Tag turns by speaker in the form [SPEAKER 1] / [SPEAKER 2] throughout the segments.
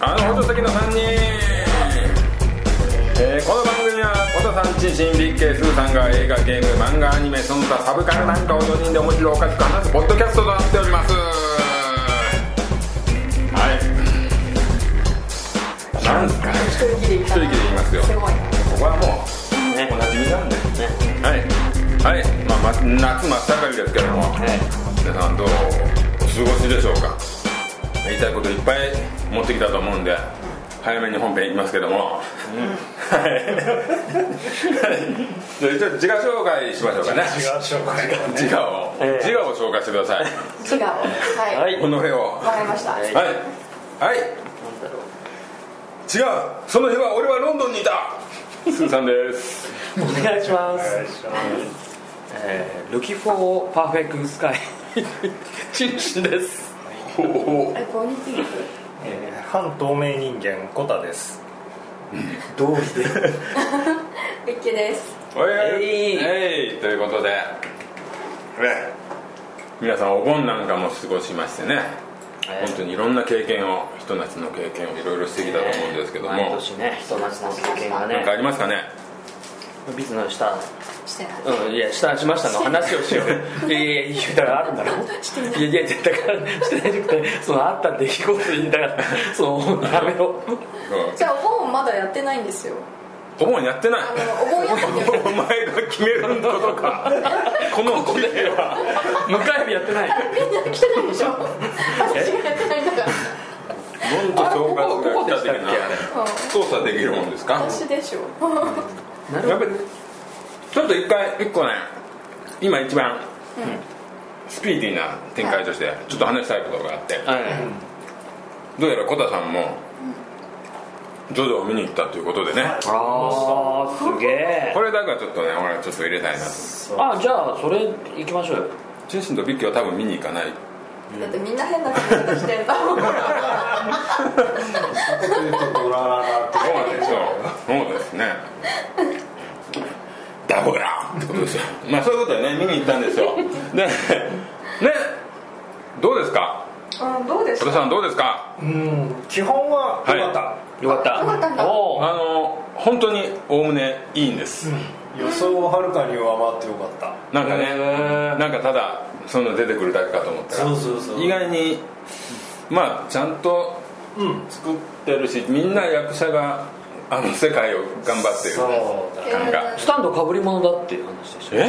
[SPEAKER 1] あの補助席の3人、えーこの番組は補助さんち新立慶スーさんが映画ゲーム漫画アニメその他サブカルなんかを4人で面白おかしく話すポッドキャストとなっておりますはいなんすか
[SPEAKER 2] 一息で言ったな
[SPEAKER 1] 一息で言いますよ
[SPEAKER 2] すごいな
[SPEAKER 1] ここはもう、ね、おなじみなんで、はいはい、まあ、ま夏真っ盛りですけども、皆さんどうお過ごしでしょうか言いたいこといっぱい持ってきたと思うんで早めに本編いきますけども、はい はいじゃあ一応自己紹介しましょうかね
[SPEAKER 3] 違う紹介がね
[SPEAKER 1] 自我を、
[SPEAKER 4] ええ
[SPEAKER 1] 自我を紹介してください
[SPEAKER 2] 違うはい
[SPEAKER 4] は
[SPEAKER 2] わ、
[SPEAKER 4] い
[SPEAKER 1] この絵を
[SPEAKER 2] かりました、
[SPEAKER 4] はい
[SPEAKER 1] はいはい
[SPEAKER 4] なんだろう
[SPEAKER 1] 違うその日は俺はロンドンにい たスーさん です
[SPEAKER 4] お願いしま
[SPEAKER 3] お
[SPEAKER 4] す
[SPEAKER 3] 願いしま
[SPEAKER 4] えー、ルキフォーパーフェクトスカイチンチンです、
[SPEAKER 1] ほうほ
[SPEAKER 2] えこんにちは
[SPEAKER 3] すえー反透明人間コタです
[SPEAKER 4] どうして
[SPEAKER 2] ビッケです
[SPEAKER 1] うおいおい
[SPEAKER 4] えい
[SPEAKER 1] えいということでね皆さんお盆なんかも過ごしましてね本当にいろんな経験をひと夏の経験をいろいろしてきたと思うんですけども、
[SPEAKER 4] 毎年ね人夏の経験が
[SPEAKER 1] なんかあ
[SPEAKER 4] ね
[SPEAKER 1] りますかね
[SPEAKER 4] ビズの下
[SPEAKER 2] してない
[SPEAKER 4] うんいや下しましたの話をしよういやいや言うたらあるんだろ
[SPEAKER 2] してない
[SPEAKER 4] いやいやだからしてないじゃなくてそのあった出来事にだからそのダメを
[SPEAKER 2] じゃあお盆まだやってないんですよ
[SPEAKER 1] お盆や ってない
[SPEAKER 2] あのお盆やってる
[SPEAKER 1] お前が決めることかこのこでは
[SPEAKER 4] 迎え火やってない
[SPEAKER 2] みんな来てないでしょ私がやってないんだから
[SPEAKER 1] どんと総括
[SPEAKER 4] あれここここで
[SPEAKER 1] が
[SPEAKER 4] し
[SPEAKER 1] 来
[SPEAKER 4] た
[SPEAKER 1] た
[SPEAKER 4] っけ
[SPEAKER 1] 的な
[SPEAKER 2] う
[SPEAKER 4] あれ
[SPEAKER 2] ん
[SPEAKER 1] 操作できるもんですか
[SPEAKER 2] 私でしょ
[SPEAKER 4] な
[SPEAKER 1] やっぱ
[SPEAKER 4] るほど
[SPEAKER 1] りちょっと一回一個ね今一番スピーディーな展開としてちょっと話したいことがあって
[SPEAKER 4] はい
[SPEAKER 1] どうやらコタさんもジョジョを見に行ったということでね
[SPEAKER 4] あーすげえ
[SPEAKER 1] これだからちょっとね俺はちょっと入れたいなと
[SPEAKER 4] あじゃあそれ行きましょうよ
[SPEAKER 1] チンシンとビッキーは多分見に行かない
[SPEAKER 2] だってみんな変な髪型してんだもん
[SPEAKER 3] えーとドラー
[SPEAKER 1] そうでしょうそうですねダボラってことですよまあそういうことでね見に行ったんですよでねどうですか
[SPEAKER 2] うんどうでし
[SPEAKER 1] 小
[SPEAKER 2] た
[SPEAKER 1] 田さんどうですか
[SPEAKER 3] うん基本は良かった、
[SPEAKER 4] よかっ
[SPEAKER 2] よかったん
[SPEAKER 4] た
[SPEAKER 2] だ
[SPEAKER 4] おー
[SPEAKER 1] あの本当におおむねいいんです、
[SPEAKER 3] 予想をはるかに上回って良かった
[SPEAKER 1] なんか
[SPEAKER 4] へ
[SPEAKER 1] ね
[SPEAKER 4] ー
[SPEAKER 1] なんかただそんな出てくるだけかと思ったら
[SPEAKER 3] そうそ
[SPEAKER 1] 意外にまあちゃんと
[SPEAKER 3] うん
[SPEAKER 1] 作ってるしみんな役者があの世界を頑張ってる
[SPEAKER 3] そうだ
[SPEAKER 2] え
[SPEAKER 1] なんか
[SPEAKER 2] ー
[SPEAKER 4] スタンドかぶり物だっていう話でし
[SPEAKER 1] え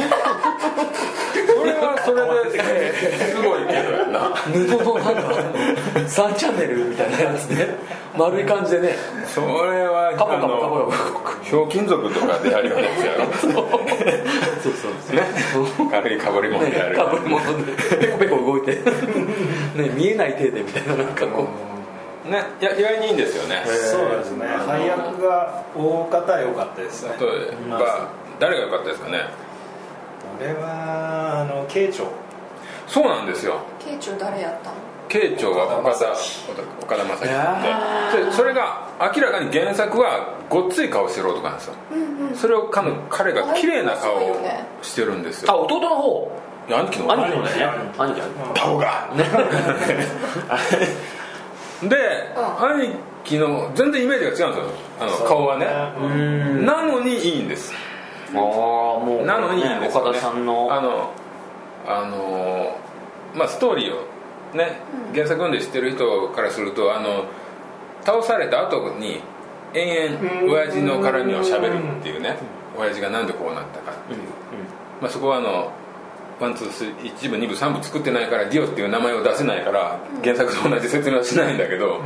[SPEAKER 1] それはそれですごいけどな
[SPEAKER 4] た布のなんかサンチャンネルみたいなやつね丸い感じでね
[SPEAKER 1] それは
[SPEAKER 4] カポカポ
[SPEAKER 1] あの
[SPEAKER 4] カポカポ
[SPEAKER 1] ひょうきん族とかでやるようなやつやろ
[SPEAKER 4] そうそう
[SPEAKER 1] ね軽いかぶりもん
[SPEAKER 4] ね
[SPEAKER 1] でやる
[SPEAKER 4] かぶり物でペコペコ動いてね見えない手でみたいななんかこ
[SPEAKER 1] ねいや意外にいいんですよね
[SPEAKER 3] そうですね配役が大方良かったですね
[SPEAKER 1] 例え
[SPEAKER 3] ま
[SPEAKER 1] ば
[SPEAKER 3] あ
[SPEAKER 1] 誰が良かったですかね
[SPEAKER 3] 俺はあの慶長
[SPEAKER 1] そうなんですよ
[SPEAKER 2] 慶長誰やったの
[SPEAKER 1] 慶長は岡田岡田
[SPEAKER 4] いや
[SPEAKER 1] 将生ってでそれが明らかに原作はごっつい顔してる男なんですよそれを彼の彼が綺麗な顔をしてるんです
[SPEAKER 4] うあ
[SPEAKER 1] よ
[SPEAKER 4] 弟の方
[SPEAKER 1] 兄貴の
[SPEAKER 4] 兄貴のね兄貴
[SPEAKER 1] タオが で
[SPEAKER 2] うん
[SPEAKER 1] 兄貴の全然イメージが違うんですよあの顔はね
[SPEAKER 4] うん
[SPEAKER 1] なのにいいんです
[SPEAKER 4] ああもう
[SPEAKER 1] なのにいいんですよ、ね、
[SPEAKER 4] 岡田さんの
[SPEAKER 1] あのあのまあストーリーをね原作読んで知ってる人からするとあの倒された後に延々親父の絡みをしゃべるっていうね親父がなんでこうなったかっていう、まあ、そこはあのワンツースリー1部2部3部作ってないからディオっていう名前を出せないから原作と同じ説明はしないんだけど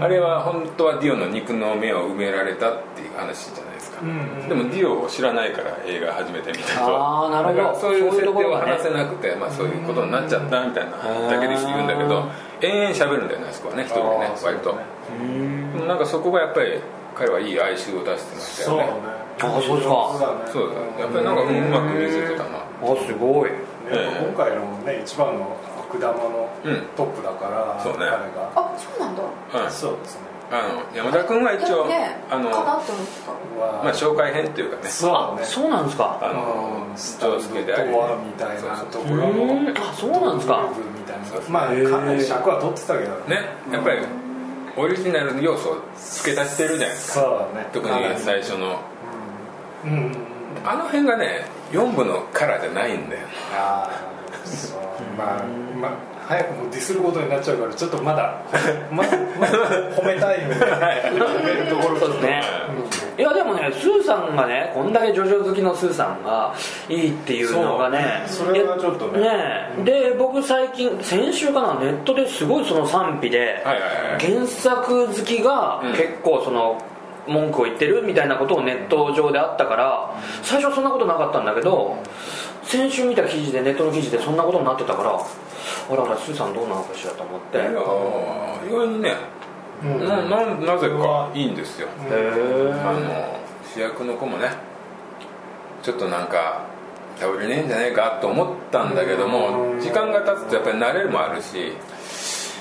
[SPEAKER 1] あれは本当はディオの肉の目を埋められたっていう話じゃないですか、でもディオを知らないから映画始めてみたいな
[SPEAKER 4] あーなるほど
[SPEAKER 1] だからそういう
[SPEAKER 4] そ
[SPEAKER 1] 設
[SPEAKER 4] ういう
[SPEAKER 1] 定
[SPEAKER 4] ところ
[SPEAKER 1] を
[SPEAKER 4] がね
[SPEAKER 1] 話せなくてまあ、そういうことになっちゃったみたいなだけで言うんだけど延々喋るんだよねあそこはね一人でね
[SPEAKER 3] あーそう
[SPEAKER 1] 割と、でもなんかそこがやっぱり彼はいい哀愁を出してました
[SPEAKER 3] そう
[SPEAKER 1] よ
[SPEAKER 3] ね
[SPEAKER 1] ね
[SPEAKER 4] あそうですか
[SPEAKER 1] そう
[SPEAKER 3] だね
[SPEAKER 1] だやっぱりなんかうんうまく見せてたな
[SPEAKER 4] あすごい
[SPEAKER 1] ええ
[SPEAKER 3] 今回のね一番の悪玉の
[SPEAKER 1] うん
[SPEAKER 3] トップだから、
[SPEAKER 1] そうね
[SPEAKER 3] 彼が
[SPEAKER 2] あそうなんだ
[SPEAKER 1] はい
[SPEAKER 3] そうですね
[SPEAKER 1] あの山田君は一応、
[SPEAKER 2] ね
[SPEAKER 1] あの
[SPEAKER 2] かなって思ってた
[SPEAKER 1] まあ、紹介編っていうかね
[SPEAKER 4] そう
[SPEAKER 5] ね
[SPEAKER 4] そうなんですか
[SPEAKER 1] あの
[SPEAKER 5] スタ
[SPEAKER 1] 丈
[SPEAKER 5] ン
[SPEAKER 1] 介
[SPEAKER 5] ド
[SPEAKER 1] で
[SPEAKER 5] と
[SPEAKER 1] あり
[SPEAKER 5] はみたいなとこ
[SPEAKER 4] う
[SPEAKER 5] ろの
[SPEAKER 4] んあそうなんですか
[SPEAKER 5] グループみたいな
[SPEAKER 1] そうそう
[SPEAKER 5] まあ
[SPEAKER 4] へー
[SPEAKER 5] かなり尺は取ってたけど
[SPEAKER 1] ねやっぱりオリジナルの要素を付け足してるじゃないですか
[SPEAKER 5] そうだね
[SPEAKER 1] 特
[SPEAKER 5] かなり
[SPEAKER 1] に最初の
[SPEAKER 5] うんうんうん
[SPEAKER 1] あの辺がね4部のカラーじゃないんだよ
[SPEAKER 5] ああそうまあまあ早くもディスることになっちゃうからちょっとまだまだまだ褒めたい みたいな褒めるところ
[SPEAKER 4] そうですねいやでもねスーさんがねこんだけジョジョ好きのスーさんがいいっていうのがね
[SPEAKER 5] そうそれはちょっとね
[SPEAKER 4] いやねで僕最近先週かなネットですごいその賛否で
[SPEAKER 1] はいはいはい
[SPEAKER 4] 原作好きが
[SPEAKER 1] うん
[SPEAKER 4] 結構その文句を言ってるみたいなことをネット上であったから最初はそんなことなかったんだけど先週見た記事でネットの記事でそんなことになってたからあらあらスーさんどうなのかしらと思って
[SPEAKER 1] いやー意外にね
[SPEAKER 5] うん
[SPEAKER 1] なななぜかいいんですよ
[SPEAKER 5] うん
[SPEAKER 1] あ
[SPEAKER 4] へ
[SPEAKER 1] の主役の子もねちょっとなんか食べれねえんじゃねえかと思ったんだけども時間が経つとやっぱり慣れるもあるし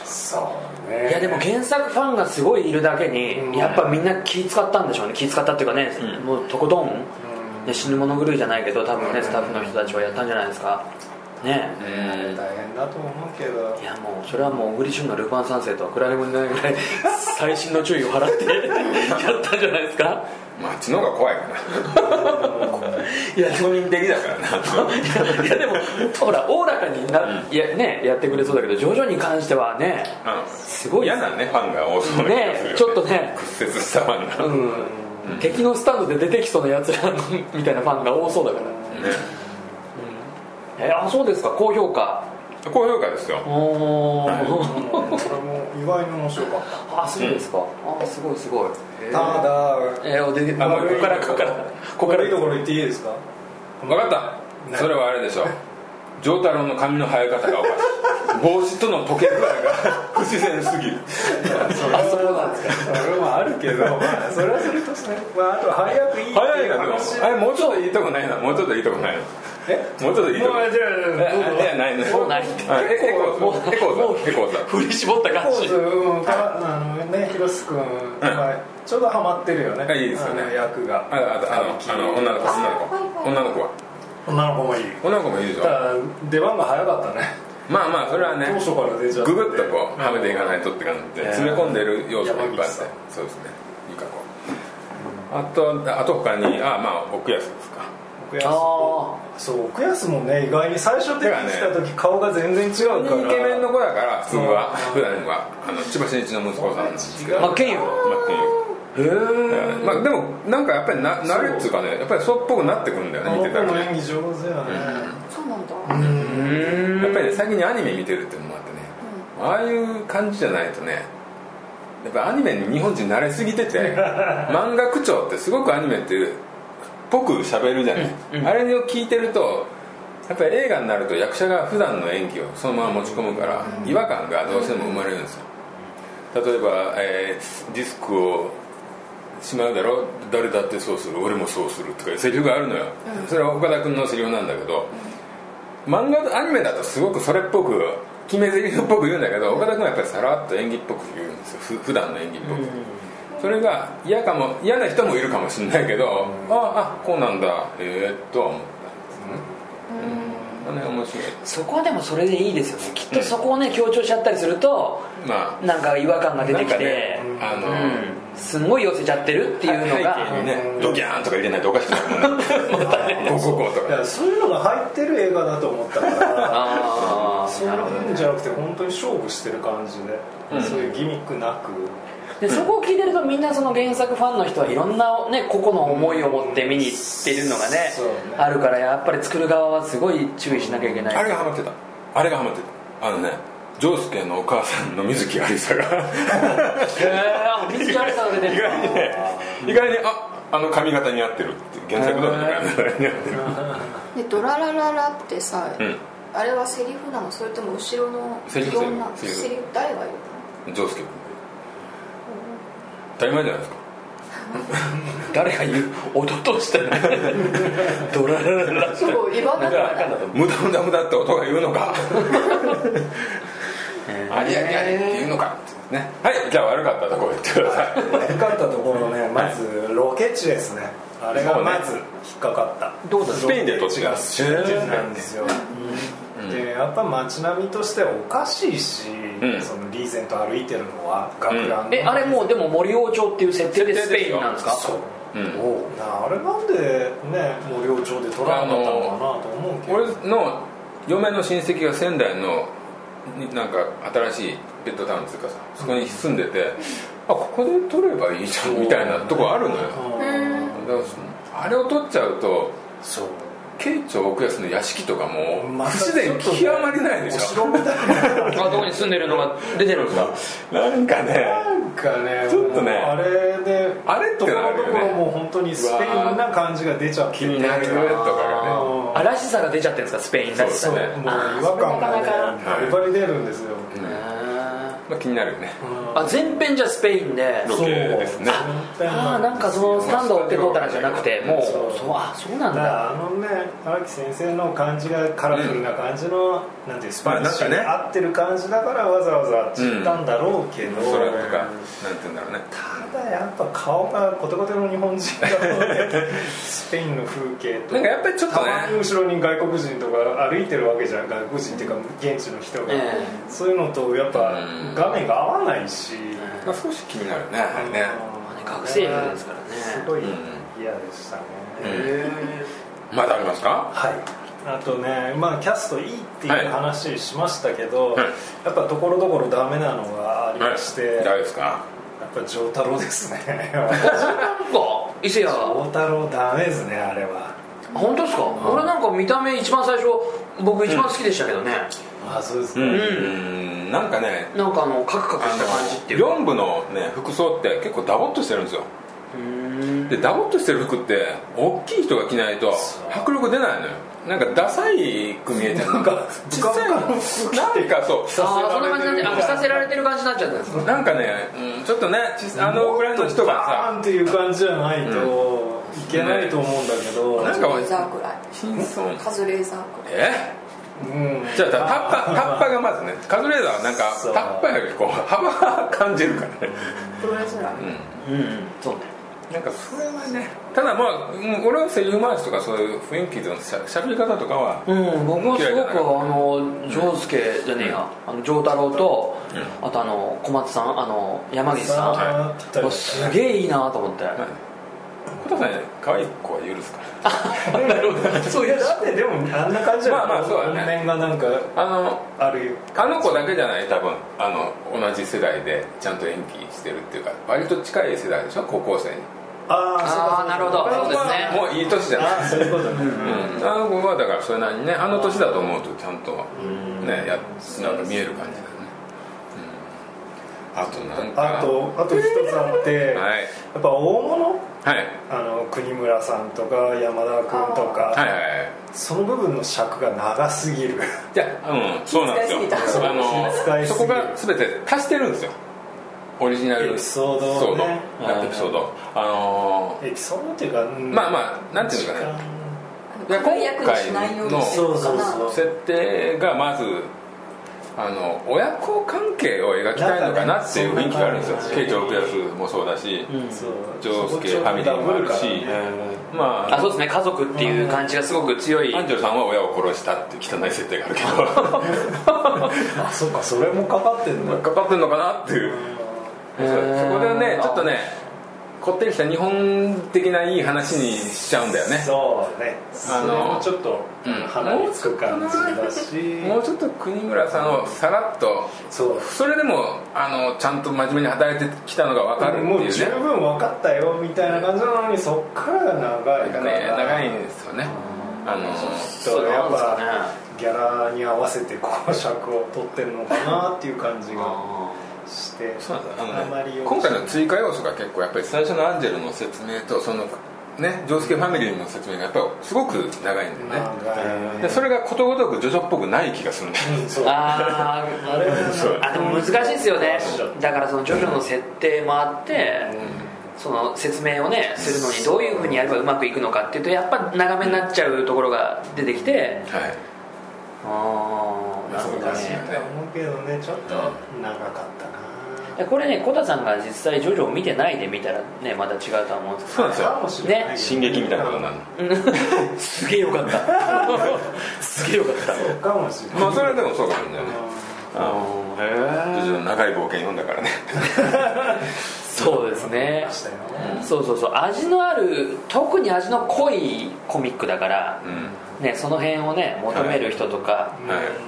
[SPEAKER 5] そうね
[SPEAKER 4] いやでも原作ファンがすごいいるだけに、
[SPEAKER 5] うん
[SPEAKER 4] やっぱみんな気使ったんでしょうね気使ったっていうかね、
[SPEAKER 1] うん
[SPEAKER 4] もうとことん、
[SPEAKER 5] うん
[SPEAKER 4] ね、死ぬ者狂いじゃないけど多分ねスタッフの人たちはやったんじゃないですかね
[SPEAKER 1] う
[SPEAKER 5] 大変だと思うけど
[SPEAKER 4] いやもうそれはもう小栗旬の「ルパン三世」とは比べもない ぐらい最新の注意を払ってやったんじゃないですか
[SPEAKER 1] まああっちの方が怖いかない
[SPEAKER 4] や庶民
[SPEAKER 1] 敵だからな
[SPEAKER 4] いやでもほらおおらかにな、いやね、やってくれそうだけど徐々に関してはね
[SPEAKER 1] うん
[SPEAKER 4] すごい
[SPEAKER 1] 嫌なねファンが多そうな気がするよ、
[SPEAKER 4] ねちょっとね
[SPEAKER 1] 屈折したファンが、
[SPEAKER 4] う
[SPEAKER 1] ね
[SPEAKER 4] ん、敵のスタンドで出てきそうなやつらのみたいなファンが多そうだからえーあそうですか高評価
[SPEAKER 1] 高評価ですよ
[SPEAKER 4] お
[SPEAKER 5] うん
[SPEAKER 4] ー
[SPEAKER 5] これも意外に面白かった
[SPEAKER 4] あそうですか、あすごいすごい
[SPEAKER 5] ただ
[SPEAKER 4] えー、おであもうここからここからここから
[SPEAKER 5] 悪いところ言っていいですか
[SPEAKER 1] 分かった
[SPEAKER 5] ね
[SPEAKER 1] それはあれでしょう丈太郎の髪の生え方がおかしい帽子との溶け具合が 不自然すぎる
[SPEAKER 4] あそうなんですか
[SPEAKER 5] それもあるけど、まあ、それはそれとしてね、まあ、あと早くいいっていう
[SPEAKER 1] 早いなでも
[SPEAKER 5] 話
[SPEAKER 1] あれもうちょっと言いたくないなもうちょっと言いたくないな
[SPEAKER 5] え
[SPEAKER 1] もうちょっと言いたくない
[SPEAKER 5] じゃあ
[SPEAKER 1] えいやないね
[SPEAKER 4] もうない
[SPEAKER 1] あえエコーさんエコーさんエコーさん
[SPEAKER 4] 振り絞った感
[SPEAKER 5] ポー
[SPEAKER 4] じ
[SPEAKER 5] ズ、うん、かあのね、広瀬君、まあ、ちょうどハマってるよね。
[SPEAKER 1] いいですよね
[SPEAKER 5] あの役が。
[SPEAKER 1] ああとあのあの女の子女の子女の子は
[SPEAKER 5] 女の子もいい。
[SPEAKER 1] 女の子もいいでしょ
[SPEAKER 5] ただ、出番が早かったね。
[SPEAKER 1] まあまあそれはね
[SPEAKER 5] 当初から出ちゃって
[SPEAKER 1] ググっとこうはめていかないとって感じで
[SPEAKER 4] うん
[SPEAKER 1] 詰め込んでる要素がいっぱいあって
[SPEAKER 5] 山
[SPEAKER 1] そうですねいいかこうあとあと他にあまあ奥安ですか
[SPEAKER 5] 奥安
[SPEAKER 4] あ
[SPEAKER 5] そう、奥安もね、意外に最初出てきた時、顔が全然違
[SPEAKER 1] イ
[SPEAKER 5] うから。
[SPEAKER 1] ケメンの子だから普通は
[SPEAKER 5] う
[SPEAKER 1] 普
[SPEAKER 5] ん
[SPEAKER 1] 段はあの千葉真一の息子さんなんですけど
[SPEAKER 4] あ
[SPEAKER 1] ま
[SPEAKER 4] ま
[SPEAKER 1] あ
[SPEAKER 4] あ剣よ
[SPEAKER 1] っていう
[SPEAKER 4] へえ
[SPEAKER 1] まあでもなんかやっぱりな慣れっつうかねやっぱりそうっぽくなってくるんだよね
[SPEAKER 5] あ
[SPEAKER 1] 見
[SPEAKER 5] の子
[SPEAKER 1] てたら
[SPEAKER 5] の
[SPEAKER 1] ね
[SPEAKER 5] 演技上手よね。
[SPEAKER 2] そうなんだ、
[SPEAKER 5] う
[SPEAKER 2] うん
[SPEAKER 5] ん。
[SPEAKER 1] やっぱりね最近アニメ見てるっていうのもあってねああいう感じじゃないとねやっぱアニメに日本人慣れすぎてて漫画口調ってすごくアニメっていうっぽく喋るじゃない、あれを聞いてるとやっぱり映画になると役者が普段の演技をそのまま持ち込むから違和感がどうしても生まれるんですよ例えば、えーディスクをしまうだろ誰だってそうする俺もそうするとかいうセリフがあるのよ、それは岡田君のセリフなんだけど、漫画とアニメだとすごくそれっぽく決め台詞っぽく言うんだけど岡田君はやっぱりさらっと演技っぽく言うんですよふ普段の演技っぽく、それが嫌かも嫌な人もいるかもしれないけど、ああこうなんだえー、っとは思ったね面白い
[SPEAKER 4] そこはでもそれでいいですよねきっとそこをね強調しちゃったりすると
[SPEAKER 1] ま
[SPEAKER 4] なんか違和感が
[SPEAKER 1] あ
[SPEAKER 4] 出て
[SPEAKER 1] なん
[SPEAKER 4] き
[SPEAKER 1] か
[SPEAKER 4] て
[SPEAKER 1] ね、あの、
[SPEAKER 4] うん、すんごい寄せちゃってるっていうのが
[SPEAKER 1] 背景にねドキャーンとか入れないとおかしくなるもん ねこうこうこうと
[SPEAKER 5] い
[SPEAKER 1] か
[SPEAKER 5] や、そういうのが入ってる映画だと思ったから。
[SPEAKER 4] あ
[SPEAKER 5] そ
[SPEAKER 4] あ
[SPEAKER 5] う
[SPEAKER 4] なるほど
[SPEAKER 5] いうんじゃなくて本当に勝負してる感じで、そういうギミックなく
[SPEAKER 4] でそこを聞いてるとみんなその原作ファンの人はいろんな、ね、個々の思いを持って見に行っているのがね,、
[SPEAKER 5] そうね
[SPEAKER 4] あるからやっぱり作る側はすごい注意しなきゃいけない
[SPEAKER 1] あれがハマってたあれがハマってたあのね丈介のお母さんの水木有沙が
[SPEAKER 4] へえ水木有沙が出て
[SPEAKER 1] 意
[SPEAKER 4] る
[SPEAKER 1] 外にね 意外にああの髪型に合ってるって原作だとね似合ってる
[SPEAKER 2] でドララララってさ、
[SPEAKER 1] うん
[SPEAKER 2] あれはセリフなのそれとも後ろの
[SPEAKER 1] セリフ
[SPEAKER 2] 擬音なの
[SPEAKER 1] セリフ
[SPEAKER 2] セリフ誰が言うの
[SPEAKER 1] 丈介君当たり前じゃないですか
[SPEAKER 4] 誰が言う音としてねドララララ
[SPEAKER 2] そう言わなかった
[SPEAKER 1] 無駄無駄無駄って音が言うのか
[SPEAKER 4] えー
[SPEAKER 1] ありありありって言うのかってねはいじゃあ悪かったとこ言ってください
[SPEAKER 5] 悪かったところねまずロケ地ですねあれがまず引っかかった
[SPEAKER 4] どうだ
[SPEAKER 1] スペインで土地が
[SPEAKER 5] 集中なんですよ、
[SPEAKER 1] うん
[SPEAKER 5] でやっぱ街並みとしておかしいし、
[SPEAKER 1] うん
[SPEAKER 5] そのリーゼント歩いてるのは学ランの
[SPEAKER 4] えあれもうでも森王朝っていう設定で
[SPEAKER 1] 設
[SPEAKER 4] ス
[SPEAKER 1] 定
[SPEAKER 4] ペ
[SPEAKER 1] です
[SPEAKER 4] イ
[SPEAKER 1] よ
[SPEAKER 4] ンなんですか
[SPEAKER 5] そう
[SPEAKER 1] うん
[SPEAKER 5] なあれなんでね森王朝で取らなかったのかなと思うけど
[SPEAKER 1] 俺の嫁の親戚が仙台のになんか新しいベッドタウンっていうかさそこに住んでて、あここで取ればいいじゃんみたいなとこあるのよ、
[SPEAKER 2] うん
[SPEAKER 1] だからそのあれを取っちゃうと
[SPEAKER 5] そう
[SPEAKER 1] 慶長奥安の屋敷とかもう
[SPEAKER 5] ま
[SPEAKER 1] 不
[SPEAKER 5] た
[SPEAKER 1] 自然極まりないでし
[SPEAKER 5] お
[SPEAKER 1] ょ
[SPEAKER 5] 城みたいな
[SPEAKER 4] あどこに住んでるのが出てるんですか
[SPEAKER 1] なんかね
[SPEAKER 5] なんか ね
[SPEAKER 1] ちょっとね
[SPEAKER 5] もうあれで
[SPEAKER 1] あれって
[SPEAKER 5] とこ
[SPEAKER 1] なる
[SPEAKER 5] ろど
[SPEAKER 1] よ
[SPEAKER 5] ころ
[SPEAKER 1] ね
[SPEAKER 5] もう本当にスペインな感じが出ちゃって
[SPEAKER 1] 気になるとかがね
[SPEAKER 5] うん
[SPEAKER 4] あらしさが出ちゃってるんですかスペインらし
[SPEAKER 5] そ
[SPEAKER 4] さ
[SPEAKER 5] うもう
[SPEAKER 1] だ
[SPEAKER 5] 違
[SPEAKER 1] ね
[SPEAKER 5] 和感がね
[SPEAKER 2] あ
[SPEAKER 1] そ
[SPEAKER 5] バ
[SPEAKER 1] れなかなか
[SPEAKER 5] リバリ出るんですよ、
[SPEAKER 4] あ
[SPEAKER 1] まあ、気になるよね
[SPEAKER 5] うん
[SPEAKER 4] あ前編じゃスペインで
[SPEAKER 1] ロケですね
[SPEAKER 4] ああなんかそのスタンドを追ってどうたらじゃなくてもう
[SPEAKER 5] そう
[SPEAKER 4] そうあそうなん
[SPEAKER 5] だか
[SPEAKER 4] だ
[SPEAKER 5] らあのね荒木先生の感じがカラフルな感じの、なんていうスパニッシュに
[SPEAKER 1] まあなんか
[SPEAKER 5] 合ってる感じだからわざわざあっち行ったんだろうけど、
[SPEAKER 1] それとかなんて言うんだろうね
[SPEAKER 5] ただやっぱ顔がコテコテの日本人が スペインの風景と
[SPEAKER 1] なんかやっぱりちょっとね
[SPEAKER 5] たまに後ろに外国人とか歩いてるわけじゃん外国人っていうか現地の人が、
[SPEAKER 4] え
[SPEAKER 5] そういうのとやっぱ
[SPEAKER 1] うん
[SPEAKER 5] 画面が合わないし、
[SPEAKER 1] まあ、少し気になるねあれね
[SPEAKER 4] ね学生服ですからね
[SPEAKER 5] すごい
[SPEAKER 1] うん
[SPEAKER 5] 嫌でしたね、
[SPEAKER 1] うん
[SPEAKER 5] え
[SPEAKER 1] まだありますか
[SPEAKER 5] はいあとね、まあ、キャストいいっていう話しましたけど、
[SPEAKER 1] はい
[SPEAKER 5] やっぱところどころダメなのがありまして、
[SPEAKER 1] はい、
[SPEAKER 5] や
[SPEAKER 1] 誰ですか
[SPEAKER 5] っぱ丈太郎ですね
[SPEAKER 4] なんか伊勢谷
[SPEAKER 5] 丈太郎ダメですねあれは
[SPEAKER 4] 本当ですか、俺なんか見た目一番最初僕一番好きでしたけどね、
[SPEAKER 5] あそうです
[SPEAKER 1] う
[SPEAKER 5] ね、
[SPEAKER 1] ん、
[SPEAKER 4] ん
[SPEAKER 1] なんかね
[SPEAKER 4] なんかあのカクカクした感じっていうか
[SPEAKER 1] 4部のね服装って結構ダボっとしてるんですよ
[SPEAKER 4] うーん
[SPEAKER 1] でダボっとしてる服って大きい人が着ないと迫力出ないのよなんかダサいく見えてるなんか
[SPEAKER 5] ブカブカの
[SPEAKER 1] 服着てなんかそ
[SPEAKER 4] ああそんな感じになってあ着させられてる感じになっちゃったんです
[SPEAKER 1] うなんかね、うんちょっとねちあのぐらいの人
[SPEAKER 5] バーン
[SPEAKER 1] が
[SPEAKER 5] っていう感じじゃないといけないと思うんだけど、
[SPEAKER 1] なん
[SPEAKER 2] カ
[SPEAKER 1] か
[SPEAKER 2] ズレーザーくらい
[SPEAKER 1] さ貧相に
[SPEAKER 2] カズレーザーくらい
[SPEAKER 1] え
[SPEAKER 5] うん
[SPEAKER 1] じゃあタッパタッパがまずねカズレーザーはなんか
[SPEAKER 5] そう
[SPEAKER 1] タッパよりこう幅が感じるからね
[SPEAKER 2] プロレスラー
[SPEAKER 4] うん、うん、そうね
[SPEAKER 1] なんかそれはねただまあうん俺はセリフ回しとかそういう雰囲気のしゃしゃべり方とかは
[SPEAKER 4] うん、僕はすご
[SPEAKER 1] 嫌い
[SPEAKER 4] く
[SPEAKER 1] じゃ
[SPEAKER 4] あの丈介じゃねえや、あの丈太郎と、あとあの小松さんあの山岸さん、
[SPEAKER 5] さあぴったり
[SPEAKER 4] もうすげえいいなと思って、
[SPEAKER 1] 小田さんね可愛い子は許すから
[SPEAKER 5] そういやだってでもあんな感じじゃな
[SPEAKER 1] ま
[SPEAKER 5] い
[SPEAKER 1] あまあそうだね
[SPEAKER 5] 本面がなんか
[SPEAKER 1] あの
[SPEAKER 5] あるよ
[SPEAKER 1] あの子だけじゃない多分あの同じ世代でちゃんと演技してるっていうか割と近い世代でしょ高校生に
[SPEAKER 5] ああそうか
[SPEAKER 4] ああなるほどそうですね
[SPEAKER 1] もういい年じゃない
[SPEAKER 5] ああそういうことね、
[SPEAKER 1] うん、あの子はだからそれなりにねあの年だと思うとちゃんとねやなんか見える感じだよね、うん、あとなんか
[SPEAKER 5] あとあと一つあって、
[SPEAKER 1] はい
[SPEAKER 5] やっぱ大物
[SPEAKER 1] はい
[SPEAKER 5] あの国村さんとか山田君とか、
[SPEAKER 1] はいはいはい
[SPEAKER 5] その部分の尺が長すぎる
[SPEAKER 1] じゃあうんそうなんですよ
[SPEAKER 2] 気遣いすぎた
[SPEAKER 1] そうあ
[SPEAKER 5] 気遣
[SPEAKER 1] の
[SPEAKER 5] いす
[SPEAKER 1] そ
[SPEAKER 5] ぎ
[SPEAKER 1] こが全て足してるんですよオリジナル
[SPEAKER 5] エピソードをね
[SPEAKER 1] エピソードエピソードあの
[SPEAKER 5] エピソードっていうか、うん
[SPEAKER 1] まあまあなんていうのかな
[SPEAKER 5] 時
[SPEAKER 1] いや
[SPEAKER 2] くらい役にしないようにしてるのか
[SPEAKER 5] 今回の
[SPEAKER 2] な
[SPEAKER 5] そうそう
[SPEAKER 1] 設定がまずあの親子関係を描きたいのかなっていう雰囲気があるんですよ
[SPEAKER 5] なんかね
[SPEAKER 1] 慶長クラスもそうだし、
[SPEAKER 4] うん
[SPEAKER 5] 間そう
[SPEAKER 1] 丈介ファミリーもあるしまあ
[SPEAKER 4] あそうですね家族っていう感じがすごく強い、
[SPEAKER 1] 安城さんは親を殺したっていう汚い設定があるけ ど
[SPEAKER 5] あそうかそれもかかってんだ
[SPEAKER 1] かかってんのかなっていうそ
[SPEAKER 4] へー
[SPEAKER 1] そこでねちょっとねこってりした日本的ないい話にしちゃうんだよね
[SPEAKER 5] そうね
[SPEAKER 1] あ
[SPEAKER 5] あ
[SPEAKER 1] の
[SPEAKER 5] のちょっと
[SPEAKER 1] うん
[SPEAKER 5] 鼻につく感じだし、
[SPEAKER 1] もうちょっと国村さんをさらっと
[SPEAKER 5] そう
[SPEAKER 1] それでもあのちゃんと真面目に働いてきたのが分かるって
[SPEAKER 5] も
[SPEAKER 1] いうう
[SPEAKER 5] 十
[SPEAKER 1] ね
[SPEAKER 5] 分分かったよみたいな感じなのにそっからが長
[SPEAKER 1] ないん
[SPEAKER 5] か
[SPEAKER 1] からね長いんですよねあの
[SPEAKER 5] そうやっ
[SPEAKER 4] そうな
[SPEAKER 5] ぱ
[SPEAKER 4] んですかね
[SPEAKER 5] ギャラに合わせてこう尺を取ってるのかなっていう感じが
[SPEAKER 4] あ
[SPEAKER 5] して
[SPEAKER 1] そうなんです
[SPEAKER 5] あ
[SPEAKER 1] あ
[SPEAKER 5] ん
[SPEAKER 1] の
[SPEAKER 5] ま
[SPEAKER 1] ね
[SPEAKER 5] りよ
[SPEAKER 1] 今回の追加要素が結構やっぱり最初のアンジェルの説明とそのねジョースケファミリーの説明がやっぱりすごく長いんだよね
[SPEAKER 5] 長い
[SPEAKER 1] でそれがことごとくジョジョっぽくない気がするんだよ
[SPEAKER 5] うんそう
[SPEAKER 4] ーあ
[SPEAKER 5] あれ
[SPEAKER 4] ーあでも難しいですよね
[SPEAKER 5] うん
[SPEAKER 4] だからそのジョジョの設定もあって、その説明をねするのにどういうふうにやればうまくいくのかっていうとやっぱ長めになっちゃうところが出てきて
[SPEAKER 1] はい
[SPEAKER 4] ああなるほど
[SPEAKER 5] 難しい
[SPEAKER 4] ね
[SPEAKER 5] とは思うけどねちょっと長かった
[SPEAKER 4] いやこれねコタさんが実際ジョジョを見てないで見たらねまた違うとは思うんですけ
[SPEAKER 1] そうなんです
[SPEAKER 5] な
[SPEAKER 1] よ
[SPEAKER 5] かもしれない
[SPEAKER 4] ね
[SPEAKER 5] 進
[SPEAKER 1] 進
[SPEAKER 5] 撃
[SPEAKER 1] 撃みたいなことになる
[SPEAKER 4] ど すげえよかったすげえよかった
[SPEAKER 5] かもしれない
[SPEAKER 1] まあそれはでもそうかもしれないねジ
[SPEAKER 4] あ
[SPEAKER 1] ョジョの長い冒険読んだからね
[SPEAKER 4] そうですね
[SPEAKER 5] ましたよ
[SPEAKER 4] そうそうそう味のある特に味の濃いコミックだから
[SPEAKER 1] う、ん
[SPEAKER 4] ね、その辺をね求める人とか、
[SPEAKER 1] は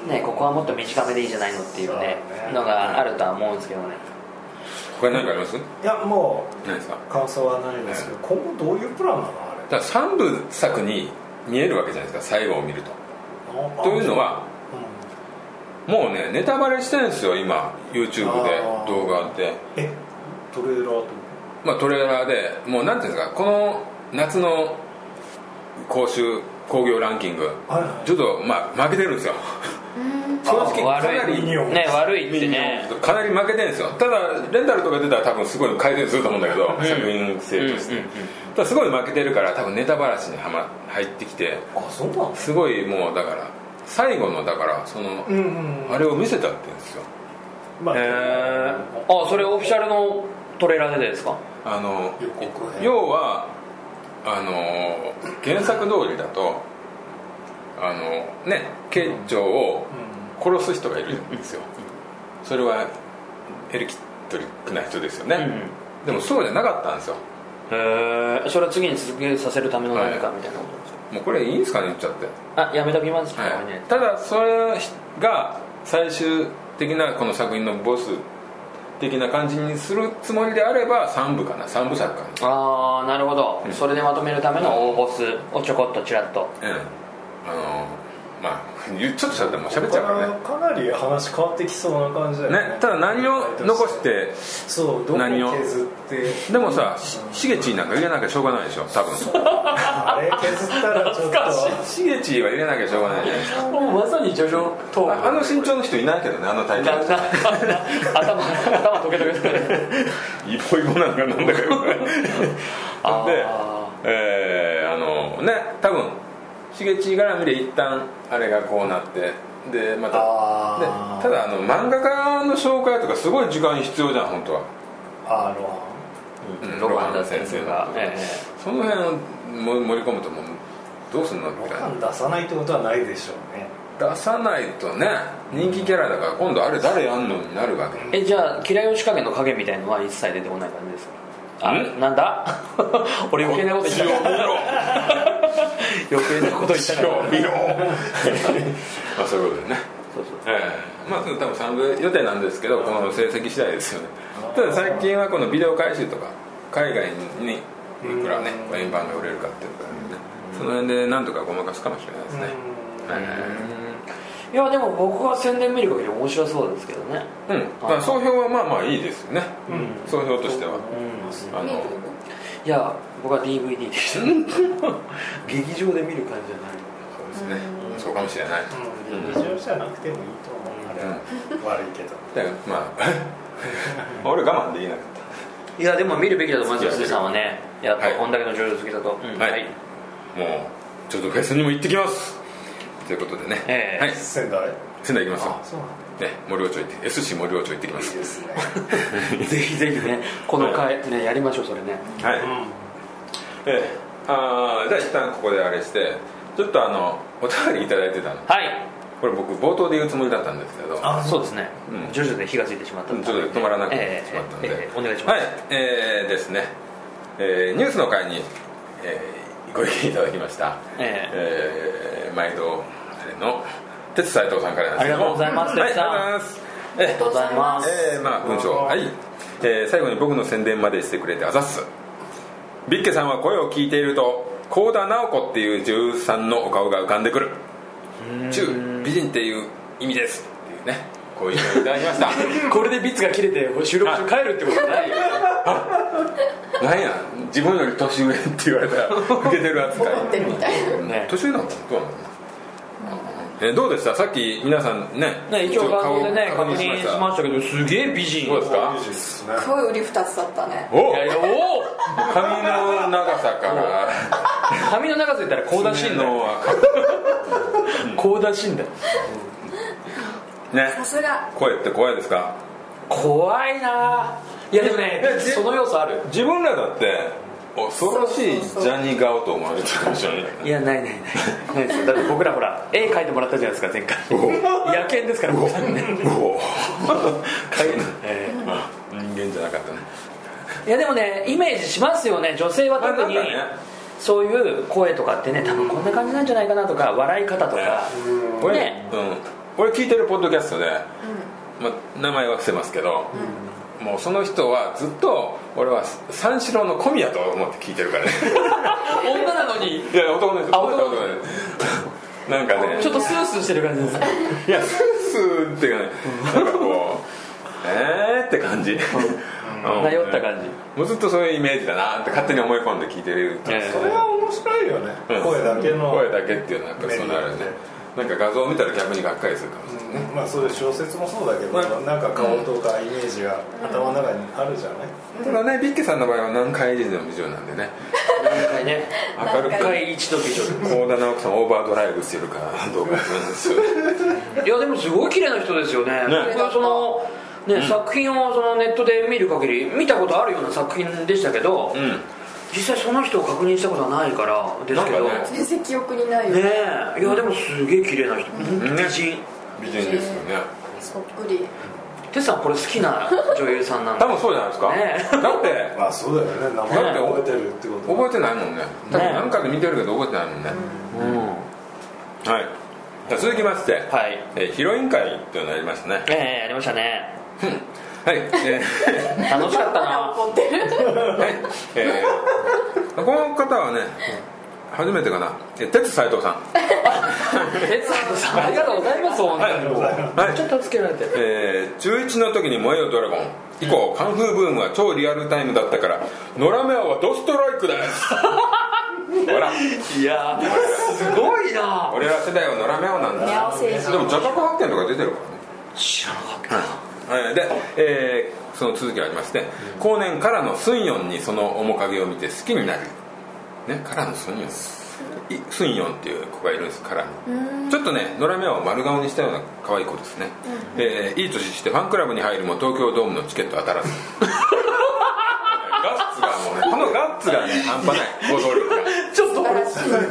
[SPEAKER 1] い
[SPEAKER 4] ね、ここはもっと短めでいいじゃないのっていうね
[SPEAKER 5] そうね
[SPEAKER 4] のがあるとは思うんですけどね
[SPEAKER 1] 他に何かあります
[SPEAKER 5] いやも
[SPEAKER 1] ないですか
[SPEAKER 5] う感想はないですけど今後どういうプランなのあ
[SPEAKER 1] だから3部作に見えるわけじゃないですか最後を見ると
[SPEAKER 5] れ
[SPEAKER 1] というのはもうねネタバレしてるんですよ今 YouTube で
[SPEAKER 5] あー
[SPEAKER 1] 動画で
[SPEAKER 5] えトレーラーと
[SPEAKER 1] まあトレーラーでもうなんていうんですかこの夏の公衆興行ランキング
[SPEAKER 5] はいは
[SPEAKER 1] ちょっとまあ負けてるんですよ
[SPEAKER 2] うん
[SPEAKER 1] 正直か
[SPEAKER 4] 悪
[SPEAKER 1] ないり
[SPEAKER 5] ミニオン
[SPEAKER 4] ね悪いってね
[SPEAKER 1] かなり負けてるんですよただレンタルとか出たら多分すごい改善すると思うんだけど、
[SPEAKER 4] ん
[SPEAKER 1] 作品性として、
[SPEAKER 4] うんうんうん
[SPEAKER 1] ただすごい負けてるから多分ネタばらしにはま入ってきて
[SPEAKER 5] あそうなの
[SPEAKER 1] すごいもうだから最後のだからその、
[SPEAKER 5] うんうん
[SPEAKER 1] あれを見せたって言うんですよ
[SPEAKER 5] ま
[SPEAKER 4] へえあそれオフィシャルのトレーラーでですか
[SPEAKER 1] あの
[SPEAKER 5] 予告編
[SPEAKER 1] 要はあの原作通りだとあのね警長を殺す人がいるんですよそれはエレキトリックな人ですよね、でもそうじゃなかったんですよ
[SPEAKER 4] へえそれは次に続けさせるための何かみたいなことです
[SPEAKER 1] もうこれいいんですかね言っちゃって、
[SPEAKER 4] かあやめときますか、
[SPEAKER 1] はい
[SPEAKER 4] ね
[SPEAKER 1] ただそれが最終的なこの作品のボス的な感じにするつもりであれば3部かな3部作か
[SPEAKER 4] ああなるほど、
[SPEAKER 1] うん
[SPEAKER 4] それでまとめるための大ボスをちょこっとちらっと
[SPEAKER 1] なうんあのまあ言っちょっとしたってもう喋っちゃうからね
[SPEAKER 5] かなり話変わってきそうな感じだよね
[SPEAKER 1] ね、ただ何を残して
[SPEAKER 5] そうどこ
[SPEAKER 1] 何を
[SPEAKER 5] 削って
[SPEAKER 1] でもさししげちーなんか入れなきゃしょうがないでしょ多分
[SPEAKER 5] あれ削ったらちょっ
[SPEAKER 4] 懐かしい
[SPEAKER 5] と
[SPEAKER 1] しげちーは入れなきゃしょうがないじゃないですか
[SPEAKER 4] もうまさにジョジョトー
[SPEAKER 1] ああの身長の人いないけどねあの体
[SPEAKER 4] なな
[SPEAKER 1] 型
[SPEAKER 4] な頭頭トゲトゲ トゲ
[SPEAKER 1] イボイボなんかなんだかよくない
[SPEAKER 4] あ
[SPEAKER 1] で
[SPEAKER 4] ー
[SPEAKER 1] えーあのね多分しげちー絡みで一旦あれがこうなってでまたで
[SPEAKER 5] あー
[SPEAKER 1] ただあの漫画家の紹介とかすごい時間必要じゃん本当は、
[SPEAKER 5] あの
[SPEAKER 1] うん
[SPEAKER 4] ロバンダ先生が、え
[SPEAKER 1] その辺をも盛り込むともうどうすんのみ
[SPEAKER 5] 露
[SPEAKER 1] たいな
[SPEAKER 5] 感出さないってことはないでしょうね
[SPEAKER 1] 出さないとね人気キャラだから今度あれ誰やんのになるわけ
[SPEAKER 4] ええじゃあ嫌いを仕掛けの影みたいのは一切出てこない感じですかあ
[SPEAKER 1] ん
[SPEAKER 4] なんだ 俺余計なこと言った
[SPEAKER 1] こっちを見ろ
[SPEAKER 4] 余計なこと言ったから
[SPEAKER 1] こっちを見ろまあそういうことでね
[SPEAKER 4] そうそう
[SPEAKER 1] ええまあその多分3部予定なんですけどこの成績次第ですよねただ最近はこのビデオ回収とか海外にいくらね
[SPEAKER 5] うん
[SPEAKER 1] 円盤が売れるかっていうかねその辺でなんとかごまかすかもしれないですねはいはいはい
[SPEAKER 4] いやでも僕は宣伝見る限り面白そうですけどね
[SPEAKER 1] うん、まあ、総評はまあまあいいですよね、
[SPEAKER 5] ん
[SPEAKER 1] 総評としては
[SPEAKER 4] うん
[SPEAKER 1] あの
[SPEAKER 4] いや僕は DVD でした劇場で見る感じじゃない
[SPEAKER 1] そうですね、そうかもしれない、
[SPEAKER 5] うん異常じゃなくてもいいと思うあれは悪いけど
[SPEAKER 1] だからまあ 俺我慢できなかった
[SPEAKER 4] いやでも見るべきだと思いますよ、鈴さんはね、やっぱ
[SPEAKER 1] はい
[SPEAKER 4] こんだけの上手好きだと、うん
[SPEAKER 1] はいもうちょっとフェスにも行ってきますということでね、
[SPEAKER 4] ええ
[SPEAKER 1] はい
[SPEAKER 5] 仙台
[SPEAKER 1] 仙台行きます
[SPEAKER 5] あ
[SPEAKER 1] よ、
[SPEAKER 5] そうなんだ
[SPEAKER 1] ね、森尾町行って S 市森尾町行ってきま
[SPEAKER 5] いい
[SPEAKER 1] す
[SPEAKER 5] ですね
[SPEAKER 4] ぜひぜひね、この回、ね、やりましょう、それね、
[SPEAKER 1] はい、ええあーじゃあ一旦ここであれしてちょっとあのお便りいただいてたの
[SPEAKER 4] はい、
[SPEAKER 1] これ僕冒頭で言うつもりだったんですけど
[SPEAKER 5] あ
[SPEAKER 4] そうですね、
[SPEAKER 1] うん
[SPEAKER 4] 徐々に火がついてしまった
[SPEAKER 1] うんちょっと止まらなくなってしまったんで、
[SPEAKER 4] ええええええお願いしま
[SPEAKER 1] はい
[SPEAKER 4] す、
[SPEAKER 1] えーですね、えーニュースの会に、えーご意見いただきました、
[SPEAKER 4] え
[SPEAKER 1] えー毎度あれの哲斎藤さんからなんですけども
[SPEAKER 4] ありがとうございます
[SPEAKER 1] はい、あ
[SPEAKER 4] 哲
[SPEAKER 1] り
[SPEAKER 4] さん
[SPEAKER 1] がとうございますえ
[SPEAKER 2] ありがとうございます
[SPEAKER 1] えーまあ文章はい、えー最後に僕の宣伝までしてくれてあざっすビッケさんは声を聞いていると幸田直子っていう女優さんのお顔が浮かんでくる中美人っていう意味ですっていうねこういうのをいただきました
[SPEAKER 4] これでビッツが切れて、収録中帰るってことはないよ、
[SPEAKER 1] なんや自分より年上って言われた ら受けてる扱い
[SPEAKER 2] 怒ってるみたいな
[SPEAKER 4] ね
[SPEAKER 1] 年上なのどうなの、えどうでしたさっき皆さんね
[SPEAKER 4] ね一応、画像でね、確認しま
[SPEAKER 1] し
[SPEAKER 4] したけど、すげえ美人、
[SPEAKER 1] どうですか
[SPEAKER 5] いいですね
[SPEAKER 2] すごい売り二つだったね
[SPEAKER 1] お
[SPEAKER 4] いやいや、おお、
[SPEAKER 1] 髪の長さから
[SPEAKER 4] 髪の長さ言ったら、高田
[SPEAKER 1] 出
[SPEAKER 4] 真
[SPEAKER 1] 身
[SPEAKER 4] の、
[SPEAKER 1] のは
[SPEAKER 4] こうだしいんだ
[SPEAKER 1] ね
[SPEAKER 2] さすが
[SPEAKER 1] 声って怖いですか
[SPEAKER 4] 怖いなぁいやでもね
[SPEAKER 1] ええ
[SPEAKER 4] その要素ある
[SPEAKER 1] 自分らだって恐ろしいジャニー顔と思われてるかもしれない
[SPEAKER 4] いやないないないないですよだって僕らほら絵描いてもらったじゃないですか前回野犬ですから僕らね
[SPEAKER 1] おお
[SPEAKER 4] 描いてええ
[SPEAKER 1] 人間じゃなかったね
[SPEAKER 4] いやでもねイメージしますよね女性は特に
[SPEAKER 1] まあなんかね
[SPEAKER 4] そういう声とかってね多分こんな感じなんじゃないかなとか笑い方とか
[SPEAKER 1] 俺,、
[SPEAKER 4] ね
[SPEAKER 1] うん、俺聞いてるポッドキャストで、まあ、名前は伏せますけど、もうその人はずっと俺は三四郎の小宮と思って聞いてるから ね
[SPEAKER 4] 女なのに
[SPEAKER 1] いや男の人
[SPEAKER 4] あ男の人
[SPEAKER 1] の人なんかね
[SPEAKER 4] ちょっとスースーしてる感じです
[SPEAKER 1] いやスースーっていうかねなんかこ うえーって感じ
[SPEAKER 4] 迷った感じ
[SPEAKER 1] じもうずっとそういうイメージだなって勝手に思い込んで聞いてる
[SPEAKER 4] ええ
[SPEAKER 5] それは面白いよね、
[SPEAKER 1] うん
[SPEAKER 5] 声だけの
[SPEAKER 1] 声だけっていうのはやっぱりそうなるねなんか画像を見たら逆にがっかりするかもしれない
[SPEAKER 5] うんまあそういう小説もそうだけど、
[SPEAKER 1] まあ
[SPEAKER 5] なんか顔とかイメージが頭の中にあるじゃない、
[SPEAKER 1] ただねビッケさんの場合は何回以上でも未上なんでね
[SPEAKER 4] 何回ね
[SPEAKER 1] 明るく
[SPEAKER 4] 1回一度以上
[SPEAKER 1] 幸田直樹さんオーバードライブしてるかどうかなんですよ
[SPEAKER 4] いやでもすごい綺麗な人ですよね僕はそのね、作品をそのネットで見る限り見たことあるような作品でしたけど、
[SPEAKER 1] うん
[SPEAKER 4] 実際その人を確認したことはないからですけど
[SPEAKER 1] なんか
[SPEAKER 2] 全然記憶にないよ
[SPEAKER 4] ねえいやでもすげえ綺麗な人本当に美人
[SPEAKER 1] 美人ですよね
[SPEAKER 2] そっくり
[SPEAKER 4] テツさんこれ好き な女優さんなの
[SPEAKER 1] 多分そうじゃないですか、
[SPEAKER 4] ね
[SPEAKER 1] だって
[SPEAKER 5] まあそうだよね名前だ覚えてるってこと
[SPEAKER 1] 覚えてないもんね多分何かで見てるけど覚えてないもんね
[SPEAKER 4] うんは
[SPEAKER 1] はいじゃあ続きまして、
[SPEAKER 4] い
[SPEAKER 1] えーヒロイン会っていうのになりましたね
[SPEAKER 4] ええやりましたね
[SPEAKER 1] はい、えー
[SPEAKER 4] 楽しかった
[SPEAKER 2] まだ
[SPEAKER 4] な
[SPEAKER 2] 怒ってる
[SPEAKER 1] はいえーこの方はね初めてかなえー鉄斎藤さん
[SPEAKER 4] テツさんありがとうございます本当にもう
[SPEAKER 1] はい
[SPEAKER 4] めっちょっと助けられて
[SPEAKER 1] えー中1の時に「燃えよドラゴン」以降カンフーブームは超リアルタイムだったから「ノラメアはドストライ クですほら
[SPEAKER 4] いやすごいな
[SPEAKER 1] 俺ら世代はノラメアなん
[SPEAKER 2] ニャ
[SPEAKER 1] だ
[SPEAKER 2] オ星人
[SPEAKER 1] でも「邪白発見」とか出てるか
[SPEAKER 4] 知らなかった
[SPEAKER 1] らね、はい、で、えーその続きがありまして後年からのスンヨンにその面影を見て好きになるねからのスンヨンいスンヨンっていう子がいるんですからちょっとね野良目を丸顔にしたような可愛い子ですね、えーいい年してファンクラブに入るも東京ドームのチケット当た らずガッツがもうねこのガッツがね半端ない行動力が、
[SPEAKER 4] ちょっと
[SPEAKER 2] こ
[SPEAKER 4] こ
[SPEAKER 2] れ
[SPEAKER 4] れ
[SPEAKER 2] す
[SPEAKER 4] すごいな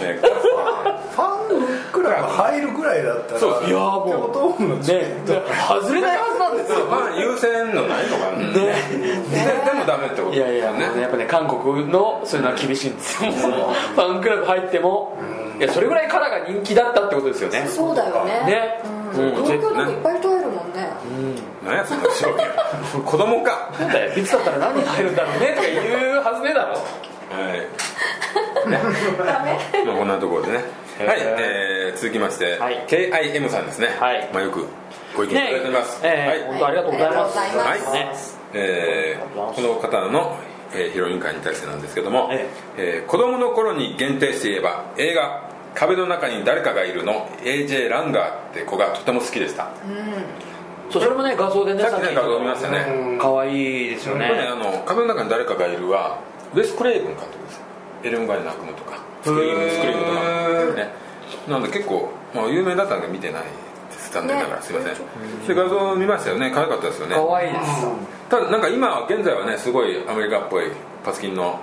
[SPEAKER 1] えー ガッツがね
[SPEAKER 5] ファンクラブ入るぐらいだったら
[SPEAKER 1] そう
[SPEAKER 4] いやもう
[SPEAKER 5] 京都ームのチケット、
[SPEAKER 4] 外れないはずなんですよ
[SPEAKER 1] まあ優先のないのかな、ねでもダメってこと
[SPEAKER 4] いやいや、もうね、やっぱね韓国のそういうのは厳しいんですよファンクラブ入ってもいやそれぐらいカラーが人気だったってことですよね
[SPEAKER 2] そうだよね
[SPEAKER 4] ね
[SPEAKER 2] うん
[SPEAKER 4] もう
[SPEAKER 2] 東京
[SPEAKER 4] 絶
[SPEAKER 2] でもいっぱい人いるもんね
[SPEAKER 1] 何やその商 品子供か
[SPEAKER 4] 対いつだったら何入るんだろうねとか言うはずねえだろ
[SPEAKER 1] はい
[SPEAKER 2] ダメ
[SPEAKER 1] まあ、こんなところでね。
[SPEAKER 4] へー
[SPEAKER 1] はい、えー、続きまして、
[SPEAKER 4] はい
[SPEAKER 1] KIM さんですね。
[SPEAKER 4] はい
[SPEAKER 1] まあ、よくご意見いただいております。
[SPEAKER 4] ねええー
[SPEAKER 1] はい。
[SPEAKER 4] 本当ありがとうございます
[SPEAKER 2] ありがとうございま
[SPEAKER 1] は
[SPEAKER 2] す
[SPEAKER 1] いえーこの方の、えーヒロイン会に対してなんですけども、
[SPEAKER 4] え
[SPEAKER 1] えー子供の頃に限定して言えば映画「壁の中に誰かがいる」の AJ ランガーって子がとても好きでした、
[SPEAKER 4] そうそれもね画像でね
[SPEAKER 1] さっきね画像見ましたね、
[SPEAKER 4] かわいいですよ
[SPEAKER 1] こ
[SPEAKER 4] ね
[SPEAKER 1] れねあの「壁の中に誰かがいる」はウェス・クレイブン監督ですエレム・ガイの悪夢とかスクリームスクリームとかねなんで結構、まあ、有名だったんで見てないです残念ながらすいませんで画像見ましたよね可愛かったですよね
[SPEAKER 4] かわいいです
[SPEAKER 1] ただなんか今現在はねすごいアメリカっぽいパツキンの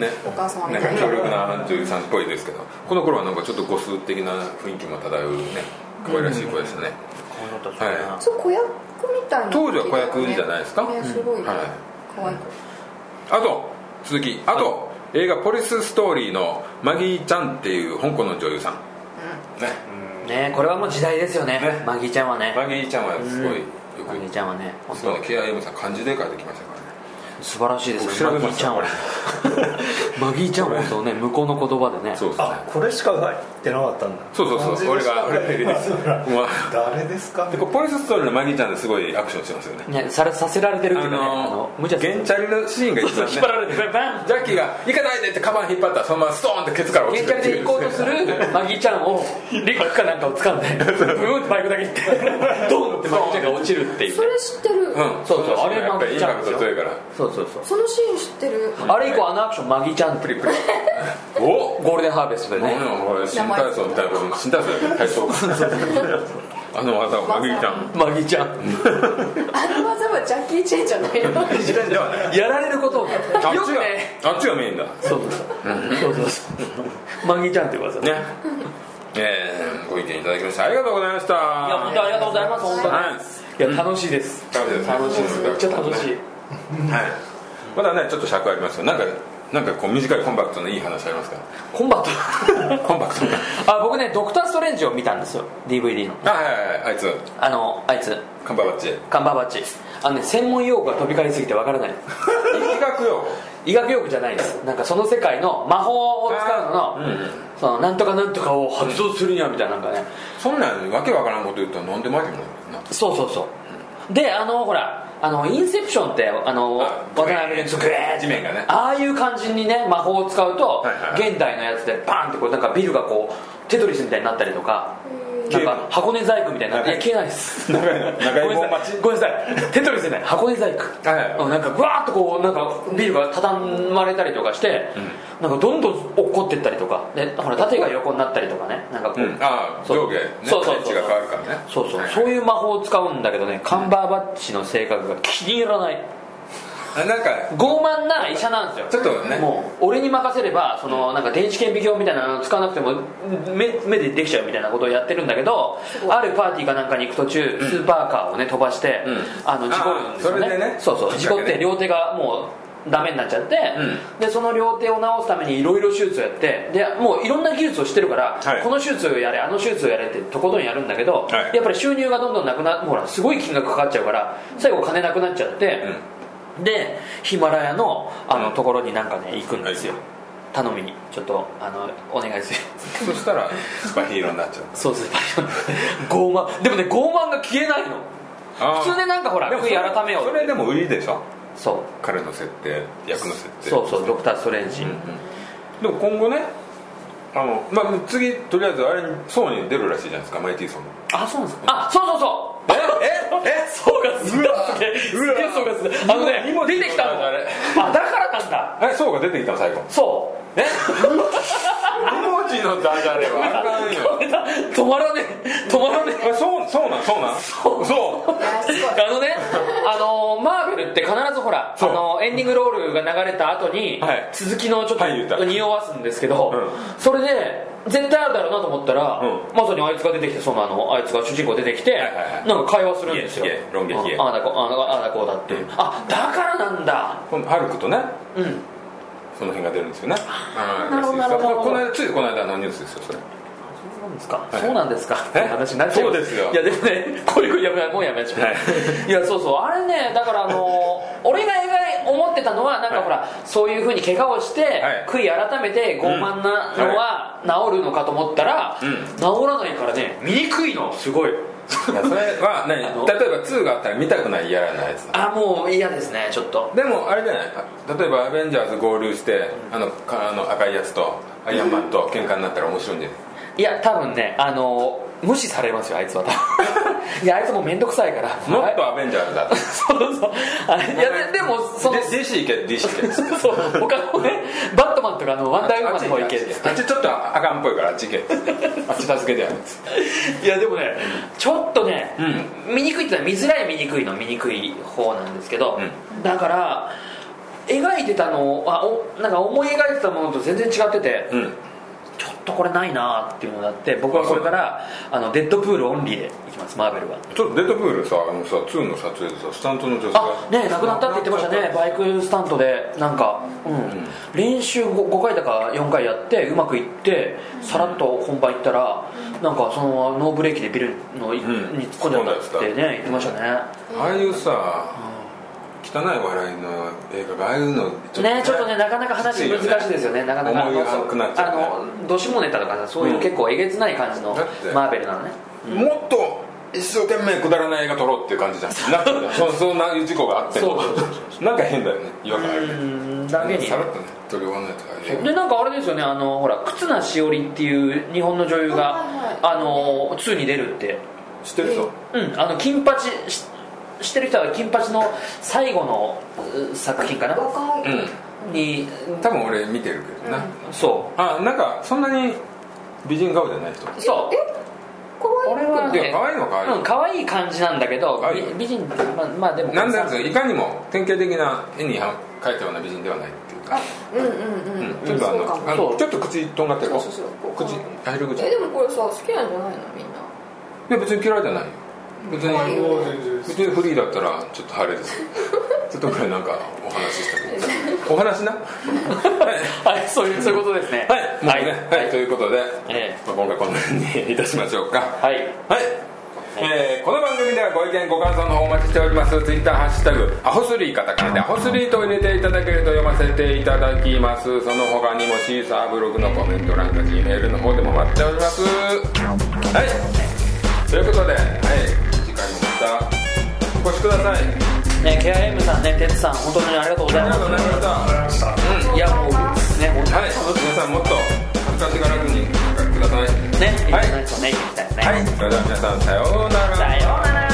[SPEAKER 1] ね
[SPEAKER 2] お母様み
[SPEAKER 1] なん
[SPEAKER 2] た
[SPEAKER 1] か
[SPEAKER 2] いな
[SPEAKER 1] 強力な女優さんっぽいですけどこの頃はなんかちょっとゴス的な雰囲気も漂うね可愛らしい子でしたね、
[SPEAKER 4] 可愛かったですね
[SPEAKER 1] は
[SPEAKER 2] そう子役みたいな
[SPEAKER 1] 当時は子役じゃないですか
[SPEAKER 2] ねすごいね
[SPEAKER 1] はい
[SPEAKER 2] 可愛い子
[SPEAKER 1] あと続きあと、映画「ポリスストーリー」のマギーちゃんっていう香港の女優さん、ね
[SPEAKER 4] ねこれはもう時代ですよね
[SPEAKER 1] ね
[SPEAKER 4] マギーちゃんはね
[SPEAKER 1] マギーちゃんはすごいよ
[SPEAKER 4] マギー
[SPEAKER 1] く
[SPEAKER 4] ちゃんはね本
[SPEAKER 1] そう
[SPEAKER 4] 当
[SPEAKER 1] ね KIM さん漢字で書いてきましたからね
[SPEAKER 4] 素晴らしいですよね
[SPEAKER 1] 僕調べ
[SPEAKER 4] マギー
[SPEAKER 1] まし
[SPEAKER 4] ち
[SPEAKER 1] た
[SPEAKER 4] ゃんは マギーちゃんは本当ね向こうの言葉でね
[SPEAKER 1] そうですね
[SPEAKER 5] あこれしか入ってなかったんだ
[SPEAKER 1] そうそうそう俺が俺が入れてきたうわ
[SPEAKER 5] 誰です か
[SPEAKER 1] でこうポリスストーリーのマギーちゃんですごいアクションしてますよ ね
[SPEAKER 4] ねされさせられてるっていうかねあの無茶
[SPEAKER 1] ゲンチャリのシーンが一番ね
[SPEAKER 4] 引っ張られてバン
[SPEAKER 1] ジャッキーが「行かないで!」ってカバン引っ張ったらそのままストーンってケツから落
[SPEAKER 4] ゲ
[SPEAKER 1] ち
[SPEAKER 4] ン
[SPEAKER 1] て
[SPEAKER 4] チ
[SPEAKER 1] るってい
[SPEAKER 4] ャリで
[SPEAKER 1] う
[SPEAKER 4] 行こうとするマギーちゃんをリュックかなんかを掴んでブーンってバイクだけ行ってドンってマギーちゃんが落ちるっていう
[SPEAKER 2] それ知ってる
[SPEAKER 1] うん
[SPEAKER 4] そうそう
[SPEAKER 1] のシーン
[SPEAKER 4] あれ
[SPEAKER 1] やっぱりインパクト強いから
[SPEAKER 4] そうそうそう
[SPEAKER 2] そのシーン知ってる
[SPEAKER 4] あれ以降あのアクションマギーちゃゃんって
[SPEAKER 1] プリプリお
[SPEAKER 4] ゴールデンハーベストで
[SPEAKER 1] ごめん
[SPEAKER 4] ね
[SPEAKER 1] おい新体操みたいなこと新体操じゃない体操あの技をまぐりちゃん
[SPEAKER 4] マギちゃん
[SPEAKER 2] あの技はジャッキー・チェンじゃないの
[SPEAKER 4] やられることを
[SPEAKER 1] あっ
[SPEAKER 4] よ
[SPEAKER 1] ち
[SPEAKER 4] く
[SPEAKER 1] が
[SPEAKER 4] ね
[SPEAKER 1] あっちがメインだ
[SPEAKER 4] そうそうそうそうそうマギちゃんっていう技 ね
[SPEAKER 1] ねえーご意見いただきましてありがとうございました
[SPEAKER 4] いや本当ありがとうございます本当に
[SPEAKER 1] はい
[SPEAKER 4] いや楽しいです
[SPEAKER 1] 楽しいです
[SPEAKER 4] 楽しいですめっちゃ楽しい
[SPEAKER 1] はい、まだねちょっと尺ありますよなんかなんかこう短いコンパクトのいい話ありますか
[SPEAKER 4] コンバッ
[SPEAKER 1] コンパクトな
[SPEAKER 4] トあ僕ねドクター・ストレンジを見たんですよ DVD の
[SPEAKER 1] あはいはいはいあいつ
[SPEAKER 4] あのあいつ
[SPEAKER 1] カンバーバッチ
[SPEAKER 4] カンバーバッチあのね専門用語が飛び交いすぎてわからない
[SPEAKER 1] 医学用語
[SPEAKER 4] 医学用語じゃないですなんかその世界の魔法を使うのの,、
[SPEAKER 1] あーうんうん
[SPEAKER 4] そのなんとかなんとかを発動するにはみたいななんかね
[SPEAKER 1] そんなんわけわからんこと言ったらなんでマジもな
[SPEAKER 4] そうそうそうであのほらあのインセプションってあの
[SPEAKER 1] あ
[SPEAKER 4] 渡辺
[SPEAKER 1] グエー地面がね
[SPEAKER 4] ああいう感じにね魔法を使うと、
[SPEAKER 1] はいはいはい
[SPEAKER 4] 現代のやつでバンってこうなんかビルがこうテトリスみたいになったりとかな
[SPEAKER 1] 消
[SPEAKER 4] ん
[SPEAKER 1] え
[SPEAKER 4] か
[SPEAKER 1] る
[SPEAKER 4] 箱根細工みたいになって
[SPEAKER 1] 長
[SPEAKER 4] いや
[SPEAKER 1] い
[SPEAKER 4] 消えないです
[SPEAKER 1] 長いの長い
[SPEAKER 4] ごめん
[SPEAKER 1] 棒
[SPEAKER 4] な
[SPEAKER 1] 待
[SPEAKER 4] さ
[SPEAKER 1] ち
[SPEAKER 4] いごめんなさいテトリスじゃない箱根細工、
[SPEAKER 1] はいはい
[SPEAKER 4] うんなんかぐわーっとこうなんかビルが畳まれたりとかして、なんかどんどん落っこってったりとかでほら縦が横になったりとかねなんかこう、
[SPEAKER 1] うんああ
[SPEAKER 4] そう
[SPEAKER 1] 上下ね
[SPEAKER 4] そうそう
[SPEAKER 1] 位
[SPEAKER 4] そ
[SPEAKER 1] 置
[SPEAKER 4] う
[SPEAKER 1] が変わるからね
[SPEAKER 4] そうそう
[SPEAKER 1] はい
[SPEAKER 4] そういう魔法を使うんだけどねカンバーバッチの性格が気に入らない
[SPEAKER 1] あなんか
[SPEAKER 4] 傲慢な医者なんですよ
[SPEAKER 1] ちょっとね
[SPEAKER 4] もう俺に任せればそのなんか電子顕微鏡みたいなの使わなくても目目でできちゃうみたいなことをやってるんだけどあるパーティーかなんかに行く途中スーパーカーをね飛ばして、
[SPEAKER 1] うん
[SPEAKER 4] あの事故るんですよ
[SPEAKER 1] あ
[SPEAKER 4] ね
[SPEAKER 1] ーそれでね
[SPEAKER 4] そうそう事故って両手がもうダメになっちゃって、
[SPEAKER 1] う
[SPEAKER 4] でその両手を治すためにいろいろ手術をやってでもういろんな技術をしてるから、
[SPEAKER 1] はい
[SPEAKER 4] この手術をやれあの手術をやれってとことんやるんだけど、
[SPEAKER 1] はい
[SPEAKER 4] やっぱり収入がどんどんなくなほらすごい金額かかっちゃうから最後金なくなっちゃって、
[SPEAKER 1] うん
[SPEAKER 4] でヒマラヤのあの、
[SPEAKER 1] うん
[SPEAKER 4] ところになんかね行くんですよ、
[SPEAKER 1] はい
[SPEAKER 4] 頼みにちょっとあのお願いす
[SPEAKER 1] そ
[SPEAKER 4] る
[SPEAKER 1] したらスパイヒーローになっちゃう
[SPEAKER 4] そう する傲慢でもね傲慢が消えないの
[SPEAKER 1] ああ
[SPEAKER 4] 普通ねなんかほら
[SPEAKER 1] でも
[SPEAKER 4] 悔い改めよう
[SPEAKER 1] それでも売りでしょ
[SPEAKER 4] そ
[SPEAKER 1] 彼の設定役の設
[SPEAKER 4] う
[SPEAKER 1] 定
[SPEAKER 4] そうそうドクター・ストレンジ、
[SPEAKER 1] でも今後ねあの、まあ、次とりあえずあれに層に出るらしいじゃないですかマイティーソンも
[SPEAKER 4] あそうなんですかあそうそうそう
[SPEAKER 1] えええ
[SPEAKER 4] 総括すげえすげえ総括すあのね
[SPEAKER 1] 今
[SPEAKER 4] 出てきた
[SPEAKER 1] 今
[SPEAKER 4] の
[SPEAKER 1] あれ
[SPEAKER 4] あだからなんだ
[SPEAKER 1] えそうが出てきたの最後
[SPEAKER 4] そう
[SPEAKER 1] え2文字のダジャレはあかんよ
[SPEAKER 4] 止まらねえ止まらねえ
[SPEAKER 1] えそうそうなんそうなんそうそう
[SPEAKER 2] あすごい
[SPEAKER 4] あのね、あのーマーベルって必ずほら、あ
[SPEAKER 1] そう
[SPEAKER 4] のーエンディングロールが流れた後に、
[SPEAKER 1] はい
[SPEAKER 4] 続きのちょっ
[SPEAKER 1] はい言った
[SPEAKER 4] と匂わすんですけど、
[SPEAKER 1] う
[SPEAKER 4] それで絶対あるだろうなと思ったら、
[SPEAKER 1] う
[SPEAKER 4] まさにあいつが出てきてそのあのあいつが主人公出てきて、
[SPEAKER 1] いはいはい
[SPEAKER 4] なんか会話するんですよ
[SPEAKER 1] いえいえ論議いえ
[SPEAKER 4] うんああだこあああだこうだっていう、
[SPEAKER 1] うん
[SPEAKER 4] あだからなんだ
[SPEAKER 1] 今度ハルクとね
[SPEAKER 4] うん
[SPEAKER 1] その辺が出るんですよねあ
[SPEAKER 2] なるほどなるほど
[SPEAKER 1] この間ついこの間のニュースですよそれ
[SPEAKER 4] そうなんですか、
[SPEAKER 1] はい
[SPEAKER 4] そうなんですか
[SPEAKER 1] え
[SPEAKER 4] って話になっちゃいます
[SPEAKER 1] そうですよ
[SPEAKER 4] いやでもねこれこれやめないもうやめましょう、、
[SPEAKER 1] はい
[SPEAKER 4] やそうそうあれねだからあの俺が描い思ってたのはなんか
[SPEAKER 1] はい
[SPEAKER 4] ほら、そういうふうに怪我をして、
[SPEAKER 1] はい
[SPEAKER 4] 悔い改めて傲慢なのは治るのかと思ったら、
[SPEAKER 1] うん
[SPEAKER 4] 治らないからね醜いのすごい
[SPEAKER 1] いやそれは 何
[SPEAKER 4] あの
[SPEAKER 1] 例えば2があったら見たくない嫌なやつ
[SPEAKER 4] あもう嫌ですねちょっと
[SPEAKER 1] でもあれじゃない例えばアベンジャーズ合流してあのかあの赤いやつとアイアンマンと喧嘩になったら面白いんじゃない
[SPEAKER 4] いや多分ねあの無視されますよあい つは多分いやあいつもう面倒くさい から
[SPEAKER 1] もっ
[SPEAKER 4] あ
[SPEAKER 1] とアベンジャーズだ
[SPEAKER 4] そうそうあいやででもその
[SPEAKER 1] DC 行け DC 行け
[SPEAKER 4] そう他のねバットマンとかあのワンダーウーマンの方
[SPEAKER 1] あ
[SPEAKER 4] 行
[SPEAKER 1] っち
[SPEAKER 4] け
[SPEAKER 1] 行けあっちちょっとあかんっぽいからあっち行けあっち助けてやる
[SPEAKER 4] いやでもねちょっとね、
[SPEAKER 1] う
[SPEAKER 4] 見にくいってのは見づらい見にくいの見にくい方なんですけど、
[SPEAKER 1] う
[SPEAKER 4] だから描いてたのあおなんか思い描いてたものと全然違ってて、
[SPEAKER 1] うん
[SPEAKER 4] ちょっとこれないなっていうのがあって僕はこれからあのデッドプールオンリーでいきますマーベルは
[SPEAKER 1] ちょっとデッドプールさあのさ2の撮影でさスタントの女性
[SPEAKER 4] あ
[SPEAKER 1] が
[SPEAKER 4] ね亡くなったって言ってましたねバイクスタントでなんか、うん練習 5, 回だか4回やってうまくいってさらっと本番行ったらなんかそのままノーブレーキでビルのい、
[SPEAKER 1] うん
[SPEAKER 4] に突っ込んじゃったってね言ってましたね
[SPEAKER 1] ああいうさ汚い笑いの映画がああいうのち
[SPEAKER 4] ねちょっとねなかなか話難しいですよねなかなか
[SPEAKER 1] 思いが深くなっちゃうね
[SPEAKER 4] あのどしもネタとかさそういう結構えげつない感じの
[SPEAKER 1] だって
[SPEAKER 4] マーベルなのね
[SPEAKER 1] もっと一生懸命くだらない映画撮ろうっていう感じじゃん なってたそそんな事故があって
[SPEAKER 4] そう
[SPEAKER 1] なんか変だよね違和感あるね
[SPEAKER 4] うんだけに
[SPEAKER 1] さらっとね撮り終わんないとかね
[SPEAKER 4] でなんかあれですよねあのほら忽那しおりっていう日本の女優が
[SPEAKER 2] はいはい
[SPEAKER 4] あの2に出るって
[SPEAKER 1] 知ってるぞ
[SPEAKER 4] うん、あの金八ししてる人は金八の最後のう作品かな
[SPEAKER 2] 若い
[SPEAKER 1] うん
[SPEAKER 4] に
[SPEAKER 1] 多分俺見てるけどな、
[SPEAKER 4] そ
[SPEAKER 1] あなんかそんなに美人顔じゃない人
[SPEAKER 4] うそう
[SPEAKER 2] え怖い
[SPEAKER 4] 俺はね
[SPEAKER 1] いや可愛いの可愛い
[SPEAKER 4] うん、可愛い感じなんだけど
[SPEAKER 1] 可愛い
[SPEAKER 4] び美人まあまあでも
[SPEAKER 1] なんだかいかにも典型的な絵には描いたような美人ではないっていうか
[SPEAKER 2] あうんうんうん、
[SPEAKER 1] うんちょっとあ
[SPEAKER 2] そうかも
[SPEAKER 1] のあ
[SPEAKER 4] そ
[SPEAKER 1] の
[SPEAKER 4] う
[SPEAKER 1] ちょっと口とんがってる
[SPEAKER 2] そうそうそうこう
[SPEAKER 1] 口入り口い
[SPEAKER 2] えでもこれさ好きなんじゃないのみんな
[SPEAKER 1] や別に嫌いじゃないよ別
[SPEAKER 2] 可愛い
[SPEAKER 1] に
[SPEAKER 2] よね
[SPEAKER 1] 別にフリーだったらちょっと晴れ ですちょっとぐらいなんかお話ししたけどお話なは
[SPEAKER 4] はいそ ういうそういうことですね
[SPEAKER 1] いもうねはい、ということで、
[SPEAKER 4] え
[SPEAKER 1] まあ、今回この辺にいたしましょうか
[SPEAKER 4] えはい
[SPEAKER 1] はい、えーこの番組ではご意見ご感想の方お待ちしておりますツイッターハッシュタグアホスリーカタカナでアホスリーと入れていただけると読ませていただきますその他にもシーサーブログのコメント欄か G メールの方でも待っておりますはいということで、はい、次回もまたお越しください
[SPEAKER 4] ね KIM さんね哲さん本当にありがとうござい
[SPEAKER 1] あり
[SPEAKER 4] ま
[SPEAKER 1] が
[SPEAKER 4] す
[SPEAKER 1] とうございましたはい
[SPEAKER 4] いやもうね本
[SPEAKER 1] 皆さんもっと恥ずかしがらずにお考えください
[SPEAKER 4] 当にね
[SPEAKER 1] はい
[SPEAKER 4] 行きたいですよね行きたいですね
[SPEAKER 1] はいそれでは皆さんさようなら
[SPEAKER 4] さようなら